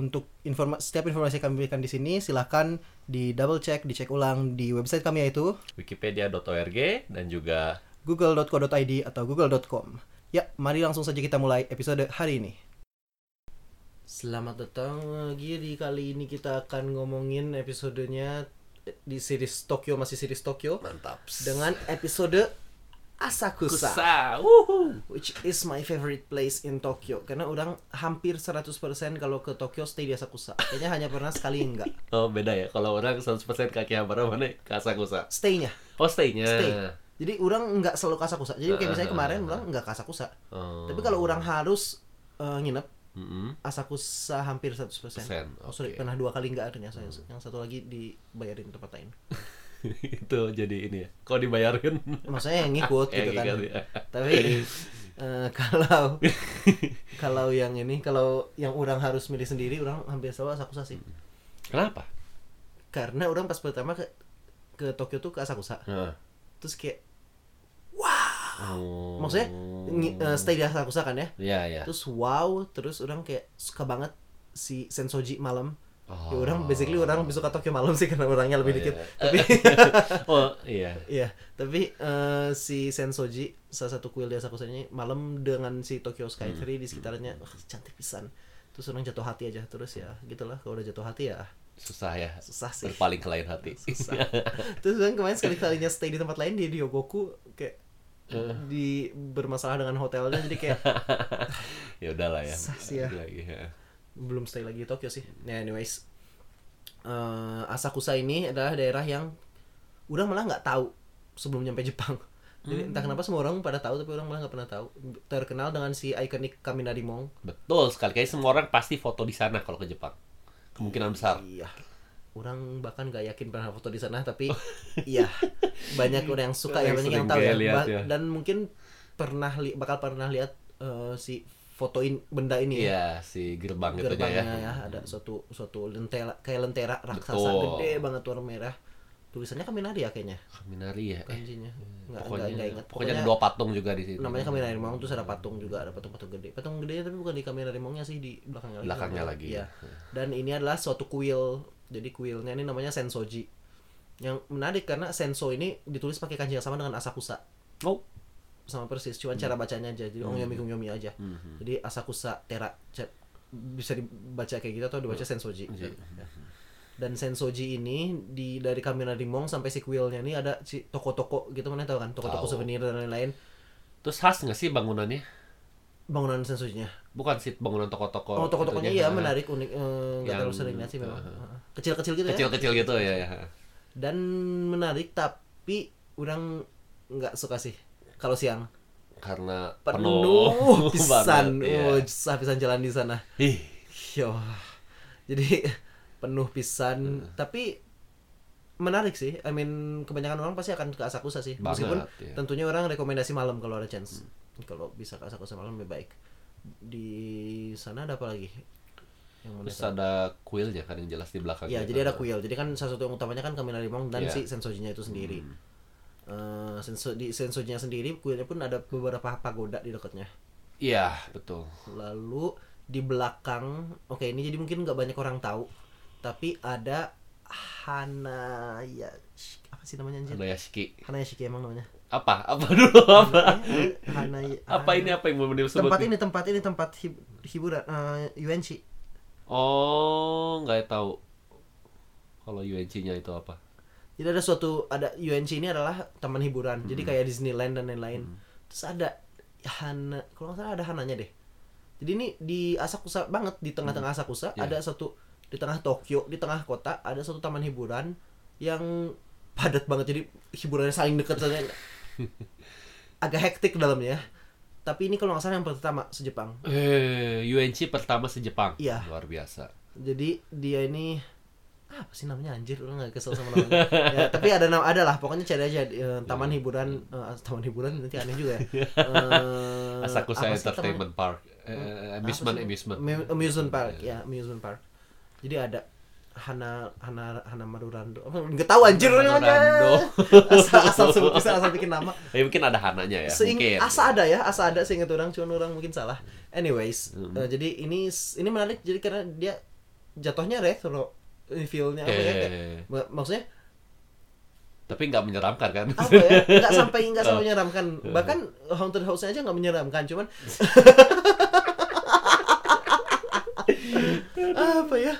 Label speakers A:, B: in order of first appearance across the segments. A: untuk informa setiap informasi yang kami berikan di sini silahkan di double check, dicek ulang di website kami yaitu
B: Wikipedia.org dan juga
A: google.co.id atau google.com. Ya, mari langsung saja kita mulai episode hari ini. Selamat datang lagi di kali ini kita akan ngomongin episodenya di series Tokyo masih series Tokyo
B: mantap.
A: dengan episode Asakusa
B: Kusa. Uh. Wuhu.
A: which is my favorite place in Tokyo karena orang hampir 100% kalau ke Tokyo stay di Asakusa kayaknya hanya pernah sekali enggak
B: Oh beda ya kalau orang 100% kaki habara mana kasa kusa.
A: staynya
B: Oh stay-nya.
A: Stay. jadi orang nggak selalu ke Asakusa jadi kayak
B: Ah,
A: misalnya
B: ah,
A: kemarin
B: ah.
A: orang nggak ke Asakusa
B: Oh.
A: tapi kalau orang harus eh, nginep
B: Mm-mm.
A: Asakusa hampir 100%.
B: Persen,
A: Oh, sorry,
B: oke.
A: pernah dua kali nggak adanya saya. Yang satu lagi dibayarin tempat lain.
B: itu jadi ini ya. Kok dibayarin?
A: Maksudnya yang ngikut
B: Ya,
A: gitu kan.
B: ngikut, ya.
A: Tapi eh, kalau kalau yang ini kalau yang orang harus milih sendiri orang hampir selalu Asakusa sih.
B: Hmm. Kenapa?
A: Karena orang pas pertama ke ke Tokyo tuh ke Asakusa.
B: Nah.
A: Terus kayak
B: Oh.
A: Ah, maksudnya ngi- eh, stay di Asakusa kan ya.
B: Ya ya.
A: Terus wow, terus orang kayak suka banget si Sensoji malam. Ya
B: Oh.
A: orang basically orang besok ke Tokyo malam sih karena orangnya lebih
B: Oh,
A: dikit.
B: iya.
A: Tapi
B: oh iya.
A: Iya, tapi eh, si Sensoji salah satu kuil di Asakusa ini malam dengan si Tokyo Skytree
B: Hmm.
A: di sekitarnya wah, cantik pisan. Terus orang jatuh hati aja terus ya, gitulah kalau udah jatuh hati ya
B: Susah ya.
A: susah sih.
B: Berpaling ke lain hati.
A: Susah. terus orang kemarin sekali kalinya stay di tempat lain di di Yogoku kayak
B: Eh.
A: di bermasalah dengan hotelnya jadi kayak
B: ya udahlah ya.
A: Susah sih ya.
B: Lagi, ya.
A: belum stay lagi di Tokyo sih. Nah, anyways. Eh, Asakusa ini adalah daerah yang orang malah nggak tahu sebelum nyampe Jepang. Jadi entah
B: Hmm.
A: kenapa semua orang pada tahu tapi orang malah nggak pernah tahu. Terkenal dengan si ikonik Kaminari Mong.
B: Betul sekali. Kayaknya semua orang pasti foto di sana kalau ke Jepang. Kemungkinan besar.
A: Iya. Orang bahkan gak yakin pernah foto di sana tapi iya banyak orang yang suka ya banyak
B: Oh. Yang
A: yang
B: sering
A: tahu ya.
B: kayak lihat
A: Ba-
B: ya.
A: Dan mungkin pernah li- bakal pernah lihat eh, si fotoin benda ini ya.
B: Iya, si gerbang, itunya
A: gerbangnya
B: ya.
A: ya. ada suatu suatu lentera kayak lentera raksasa
B: Betul.
A: gede banget warna merah tulisannya Kaminari ya kayaknya
B: Kaminari ya. Eh,
A: kanjinya nggak
B: pokoknya,
A: nggak nggak ingat
B: pokoknya ada dua gitu. patung juga di situ.
A: namanya Kaminari Mong terus ada patung juga ada patung patung gede patung gede tapi bukan di Kaminari Mongnya sih di belakangnya lagi
B: Belakangnya lagi.
A: Iya. dan ini adalah suatu kuil jadi kuilnya ini namanya Sensoji yang menarik karena Senso ini ditulis pakai kanji yang sama dengan Asakusa
B: Oh, Hmm.
A: sama persis cuman cara bacanya aja jadi onyomi kunyomi aja jadi asakusa tera ca- bisa dibaca kayak gitu atau dibaca
B: Hmm.
A: sensoji
B: Iya,
A: dan sensoji ini di dari kamera Mong sampai sequelnya ini ada si toko-toko gitu mana tahu kan toko-toko
B: Tahu.
A: souvenir dan lain-lain
B: terus khas nggak sih bangunannya?
A: bangunan sensojinya
B: Bukan sih bangunan toko-toko. gitu
A: oh toko-tokonya
B: itunya.
A: iya menarik unik eh, nggak
B: Yang- eh,
A: terlalu sering lihat sih memang kecil-kecil gitu ya
B: Kecil-kecil gitu ya. ya.
A: dan menarik tapi orang nggak suka sih kalau siang
B: Karena
A: penuh
B: penuh
A: pisan,
B: banget, iya.
A: oh susah pisan jalan di sana.
B: Ih,
A: Yo. Jadi penuh pisan, tapi menarik sih. I mean, kebanyakan orang pasti akan ke Asakusa sih.
B: Banget, Hmm.
A: Meskipun
B: ya.
A: tentunya orang rekomendasi malam kalau ada chance. Kalau bisa ke Asakusa malam lebih baik. Di sana ada apa lagi? Yang mana
B: Terus
A: tahu?
B: ada kuilnya kan yang jelas di belakang.
A: Ya, jadi ada kuil. Jadi kan salah satu yang utamanya kan Kaminari Mong dan
B: Iya. Hmm.
A: si Sensojinya itu sendiri. Eh, senso, di Sensojinya sendiri kuilnya pun ada beberapa pagoda di dekatnya.
B: Iya, betul.
A: Lalu di belakang, oke ini jadi mungkin nggak banyak orang tahu, tapi ada Hanaya apa sih namanya anjir?
B: Hanayashiki.
A: Hanayashiki emang namanya.
B: Apa? Apa dulu? Apa?
A: Eh, Hanaya.
B: apa ini apa yang mau disebut
A: Tempat
B: nih?
A: ini tempat ini tempat hib- hiburan eh, UNC.
B: Oh, nggak tahu. Kalau UNC-nya itu apa?
A: Jadi ada suatu ada UNC ini adalah taman hiburan. Jadi kayak Disneyland dan lain-lain. Terus ada Hana, kalau nggak salah ada Hananya deh. Jadi ini di Asakusa banget di tengah-tengah Asakusa
B: Iya.
A: ada satu di tengah Tokyo di tengah kota ada satu taman hiburan yang padat banget jadi hiburannya saling dekat saling agak hektik dalamnya. Tapi ini kalau nggak salah yang pertama se-Jepang.
B: Eh, UNC pertama se Jepang.
A: Iya.
B: Luar biasa.
A: Jadi dia ini ah, apa sih namanya anjir lu nggak kesel sama namanya ya, tapi ada nama ada lah pokoknya cari aja eh, taman
B: Iya.
A: hiburan eh, taman hiburan nanti aneh juga ya Eh,
B: Asakusa
A: apa sih
B: Iya. Entertainment Park. Eh, amusement,
A: Apa sih?
B: amusement. Iya.
A: Mu- amusement park ya amusement park jadi ada Hana Hana Hana Madurando apa nggak tahu anjir lu
B: Hana
A: namanya.
B: Madurando.
A: asal asal sebut bisa asal bikin nama
B: Ya, mungkin ada hananya ya.
A: Seing,
B: mungkin.
A: asa ada ya asa ada seingat orang cuman orang mungkin salah anyways
B: Hmm.
A: eh, jadi ini ini menarik jadi karena dia jatuhnya retro eh, feel-nya apa ya
B: Eh,
A: kayak- mak- maksudnya
B: tapi nggak menyeramkan kan?
A: apa ya nggak sampai nggak sampai
B: Oh.
A: menyeramkan bahkan haunted house aja nggak menyeramkan cuman apa ya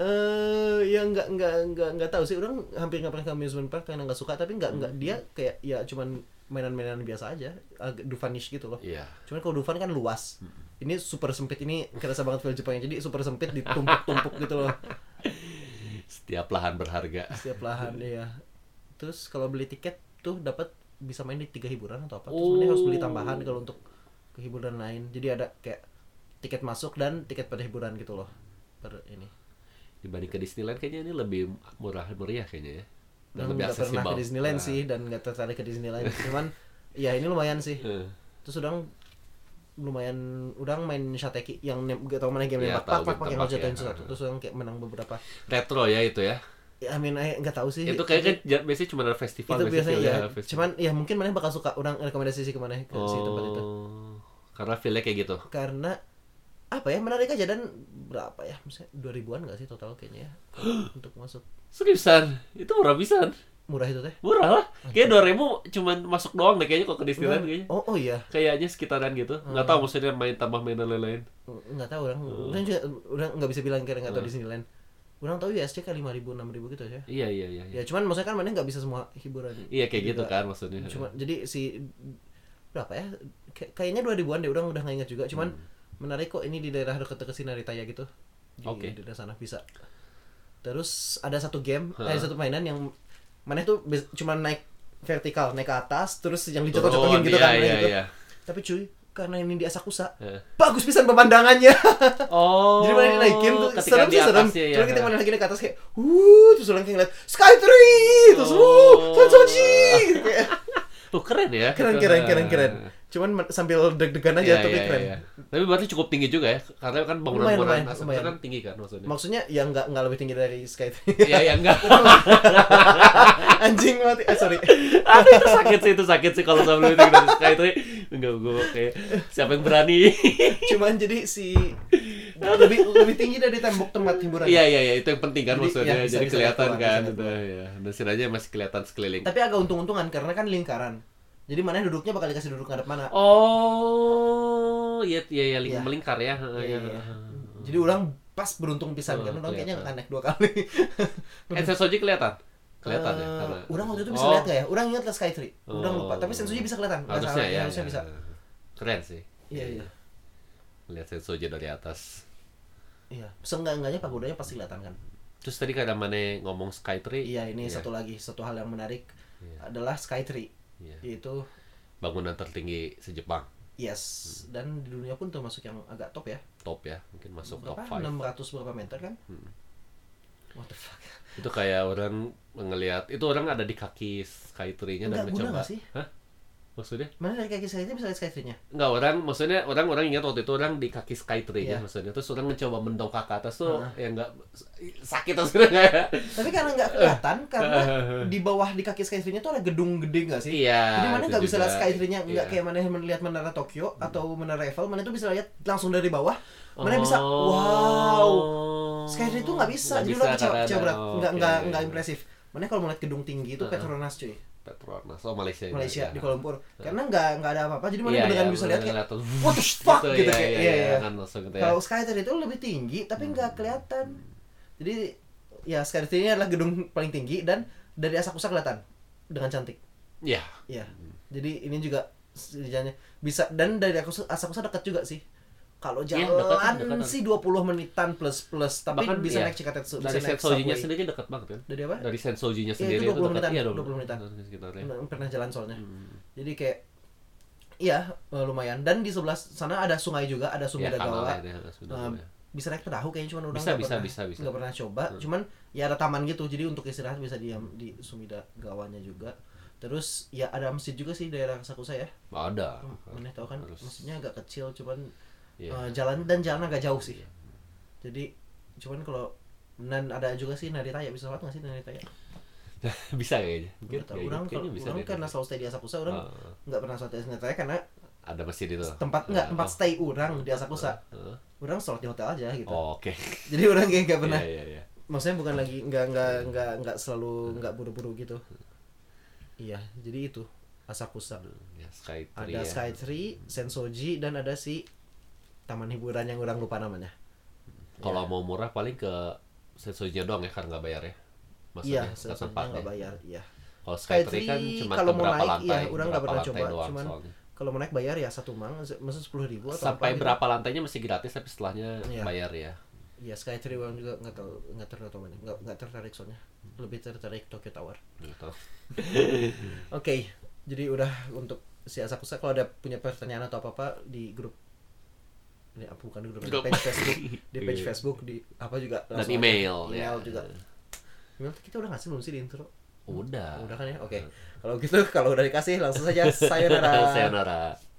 A: eh yang nggak nggak nggak nggak tahu sih orang hampir nggak pernah ke amusement park karena nggak suka tapi nggak
B: Hmm.
A: nggak dia kayak ya cuman mainan-mainan biasa aja agak duvanish gitu loh
B: Iya.
A: cuman kalau Dufan kan luas ini super sempit ini kerasa banget film Jepangnya jadi super sempit ditumpuk-tumpuk gitu loh
B: Setiap lahan berharga.
A: setiap lahan ya terus kalau beli tiket tuh dapat bisa main di tiga hiburan atau apa terus
B: Oh.
A: sebenarnya harus beli tambahan kalau untuk ke hiburan lain jadi ada kayak tiket masuk dan tiket pada hiburan gitu loh per ini
B: Dibanding ke Disneyland kayaknya ini lebih murah meriah kayaknya ya. Dan
A: Dan Hmm,
B: lebih
A: nggak pernah
B: aksesibel.
A: ke Disneyland
B: Nah.
A: sih dan nggak tertarik ke Disneyland cuman ya ini lumayan sih
B: Eh,
A: terus udang lumayan udang main shateki yang nem- gak tau mana game
B: Iya,
A: nembak
B: tahu
A: pak pak pak
B: game
A: yang harus
B: tembak,
A: jatuhin
B: ya.
A: sesuatu terus udang kayak menang beberapa
B: Retro ya itu ya.
A: ya I mean I nggak tahu sih
B: Itu kayaknya kan ja- biasanya cuma ada festival
A: itu
B: biasanya
A: biasanya
B: feel-nya
A: ya
B: ada festival.
A: cuman ya mungkin mana bakal suka orang rekomendasi sih kemana ke si tempat itu
B: Oh, Karena feel-nya kayak gitu.
A: karena apa ya menarik aja dan berapa ya misalnya dua ribuan nggak sih total kayaknya ya untuk masuk
B: Seriusan, itu murah pisan.
A: murah itu teh
B: Murah lah. Kayaknya 2000 cuman masuk doang deh kayaknya kalau ke Disneyland kayaknya.
A: oh oh iya Oh.
B: Kayaknya sekitaran gitu. Nggak tahu maksudnya main tambah mainan lain-lain.
A: nggak tahu orang
B: Oh.
A: orang juga orang nggak bisa bilang kira nggak tahu di Disneyland orang tahu USJ kan lima ribu enam ribu gitu ya
B: Iya, iya, iya.
A: ya cuman maksudnya kan mana nggak bisa semua hiburan
B: Iya kayak gitu
A: Juga.
B: kan maksudnya.
A: cuma jadi si berapa ya Kay- kayaknya dua ribuan deh orang udah nggak ingat juga cuman
B: Hmm.
A: menarik kok ini di daerah dekat-dekat Sinaritaya gitu di
B: Oke.
A: daerah sana bisa terus ada satu game
B: Hah.
A: ada satu mainan yang mana tuh bis- cuma naik vertikal naik ke atas terus yang dicotot-cototin
B: Turun,
A: gitu
B: iya,
A: kan
B: iya,
A: gitu.
B: iya.
A: tapi cuy karena ini di Asakusa
B: Hah.
A: bagus pisan pemandangannya
B: Oh.
A: jadi mana ini naik game tuh
B: ketika
A: serem
B: di
A: sih serem
B: atasnya,
A: cuma
B: ya.
A: kita mana lagi naik ke atas kayak wuh terus orang kayak ngeliat sky tree terus wuh
B: Oh.
A: Sansoji kayak
B: Tuh keren ya.
A: keren keren keren keren cuman men- sambil deg-degan aja
B: Iya,
A: tapi
B: iya,
A: keren
B: iya. Tapi berarti cukup tinggi juga ya, karena kan
A: Lumayan,
B: bangunan-bangunan
A: lumayan,
B: asalnya
A: lumayan.
B: kan tinggi kan maksudnya.
A: maksudnya ya nggak nggak lebih tinggi dari sky
B: Iya, iya enggak.
A: anjing mati
B: Eh,
A: ah sorry
B: Aduh, itu sakit sih itu sakit sih kalau sampai tinggi dari sky itu enggak gue kayak siapa yang berani.
A: cuman jadi si lebih lebih tinggi dari tembok tempat hiburan
B: Iya iya iya itu yang penting kan
A: Jadi,
B: maksudnya
A: ya, bisa-
B: jadi
A: bisa
B: kelihatan
A: lihat keluar,
B: kan
A: bisa
B: itu ya. Dan siranya masih kelihatan sekeliling.
A: tapi agak untung-untungan karena kan lingkaran jadi mana duduknya bakal dikasih duduk ngadep mana
B: Oh, iya iya iya ling-
A: Iya.
B: melingkar ya.
A: Iya,
B: Iya.
A: iya. jadi orang pas beruntung pisan
B: Oh,
A: kan orang kayaknya nggak
B: kelihatan.
A: naik dua kali
B: Eh, sensoji kelihatan. Kelihatan ya
A: iya. Eh,
B: karena.
A: orang waktu itu bisa
B: Oh,
A: lihat nggak ya orang ingat lah sky tree orang
B: Oh.
A: lupa tapi sensuji bisa kelihatan Nggak
B: Harusnya
A: salah,
B: ya.
A: harusnya
B: ya.
A: bisa
B: Keren sih.
A: iya iya
B: Lihat sensoji dari atas.
A: iya seenggak-enggaknya pagodanya pasti kelihatan kan
B: Terus tadi kada mana ngomong Skytree.
A: Iya, ini satu lagi satu hal yang menarik
B: Iya.
A: adalah Skytree.
B: Iya.
A: Yaitu
B: Bangunan tertinggi se-Jepang.
A: yes
B: Hmm.
A: dan di dunia pun termasuk yang agak top ya.
B: Top ya, mungkin masuk top Hmm.
A: berapa? 600
B: 5.
A: berapa meter kan? What the fuck?
B: Itu kayak orang ngelihat itu orang ada di kaki Skytree-nya Iya, dan
A: Nggak guna
B: mencoba.
A: nggak sih?
B: Hah? Maksudnya?
A: Mana dari kaki Skytree bisa lihat Skytree-nya?
B: Enggak orang, maksudnya orang orang ingat waktu itu orang di kaki skytree nya
A: Iya.
B: maksudnya terus orang mencoba mendongkak ke atas tuh
A: Heeh.
B: ya enggak sakit terus enggak ya.
A: Tapi karena nggak kelihatan karena di bawah di kaki Skytree-nya tuh ada gedung gede nggak sih?
B: Iya.
A: Jadi mana
B: itu
A: nggak bisa
B: juga.
A: lihat Skytree-nya nggak
B: Iya.
A: kayak mana yang melihat menara Tokyo atau menara Eiffel, mana itu bisa lihat langsung dari bawah. Mana
B: Oh.
A: bisa wow. Skytree itu nggak bisa, jadi udah kecewa,
B: karena
A: kecewa
B: ada-
A: berat,
B: oh,
A: nggak nggak
B: oke, oke. Uh-huh. Iya,
A: nggak impresif. Mana kalau melihat gedung tinggi itu
B: Heeh.
A: Petronas cuy.
B: Petronas, oh Malaysia. juga,
A: Malaysia
B: ya.
A: di Kuala Lumpur karena nggak nggak ada apa-apa jadi mana
B: Iya,
A: beneran
B: iya,
A: bisa lihat
B: beneran
A: kayak
B: kelihatan.
A: what the fuck gitu,
B: iya,
A: kayak
B: iya, Hmm.
A: iya, iya.
B: kan langsung gitu ya.
A: kalau Skytree itu lebih tinggi tapi nggak kelihatan jadi ya Skytree ini adalah gedung paling tinggi dan dari asap usak kelihatan dengan cantik
B: Iya.
A: ya jadi ini juga sejajarnya bisa dan dari asap asap usak dekat juga sih kalau
B: Iya,
A: jalan
B: dekat, dekat.
A: sih 20 menitan plus plus tapi
B: Bahkan,
A: bisa
B: iya,
A: naik Cikatetsu bisa
B: Dari
A: naik
B: Sensoji-nya
A: subway.
B: sendiri dekat banget kan.
A: dari apa
B: Dari Sensoji-nya
A: Iya, itu
B: sendiri
A: 20 menitan,
B: Iya,
A: 20 menitan.
B: sekitarnya. Hmm.
A: Pernah- pernah jalan soalnya jadi kayak iya eh, lumayan dan di sebelah sana ada sungai juga ada sungai
B: Iya, kanal
A: Dagawa
B: ya,
A: Nah,
B: sudah.
A: bisa naik perahu kayaknya cuman orang
B: Bisa,
A: nggak
B: bisa,
A: pernah-
B: bisa, Hmm. bisa.
A: nggak pernah coba cuman ya ada taman gitu jadi untuk istirahat bisa diam di Sumida Gawanya juga terus ya ada masjid juga sih daerah Sakusa ya
B: ada
A: Meneh tahu kan
B: Harus.
A: maksudnya agak kecil cuman eh,
B: Ah, Iya.
A: jalan dan jalan agak jauh sih jadi cuman kalau dan ada juga sih nari raya bisa lewat nggak sih nari raya
B: bisa kayaknya mungkin
A: Nggak tahu.
B: ya,
A: orang
B: kayaknya
A: kalau
B: bisa
A: orang
B: deh.
A: karena selalu stay di Asakusa orang
B: Ah,
A: nggak pernah sholat di nari raya karena
B: ada masjid itu
A: tempat nggak tempat
B: Ah,
A: stay orang di Asakusa
B: ah.
A: orang sholat di hotel aja gitu
B: Oh, oke
A: jadi orang kayak nggak pernah
B: Iya, iya, iya. Hmm.
A: maksudnya bukan lagi nggak nggak nggak nggak selalu nggak buru-buru gitu iya jadi itu Asakusa
B: Ya, sky tree
A: ada
B: ya.
A: Sky Tree, Sensoji dan ada si taman hiburan yang orang lupa namanya.
B: kalau mau murah paling ke sensojinya doang ya karena nggak bayar ya
A: Iya,
B: maksudnya ya? ke
A: Sensoji
B: tempatnya
A: nggak bayar, iya.
B: kalau
A: Sky
B: sky tree kan
A: Tree,
B: cuma
A: kalau mau
B: beberapa
A: naik, iya,
B: lantai
A: orang nggak
B: berapa
A: pernah
B: lantai
A: coba,
B: doang
A: cuman
B: soalnya.
A: Kalau mau naik bayar ya satu mang, maksud sepuluh ribu atau apa
B: sampai
A: gitu.
B: berapa lantainya masih gratis tapi setelahnya
A: Iya.
B: bayar ya
A: Iya, Sky Tree orang juga nggak tahu nggak tertarik mana, nggak nggak tertarik soalnya.
B: Hmm.
A: Lebih tertarik Tokyo Tower.
B: gitu
A: Oke, jadi udah untuk si Asakusa kalau ada punya pertanyaan atau apa-apa di grup ini apa bukan di grup,
B: Grup.
A: di page Facebook, di page
B: Iya.
A: Facebook di apa juga
B: dan
A: langsung aja.
B: email
A: email
B: ya.
A: juga. Email kita udah ngasih belum sih di intro? kan
B: udah Ah.
A: Udah kan ya? Oke. Kalau gitu kalau udah dikasih langsung saja sayonara.
B: sayonara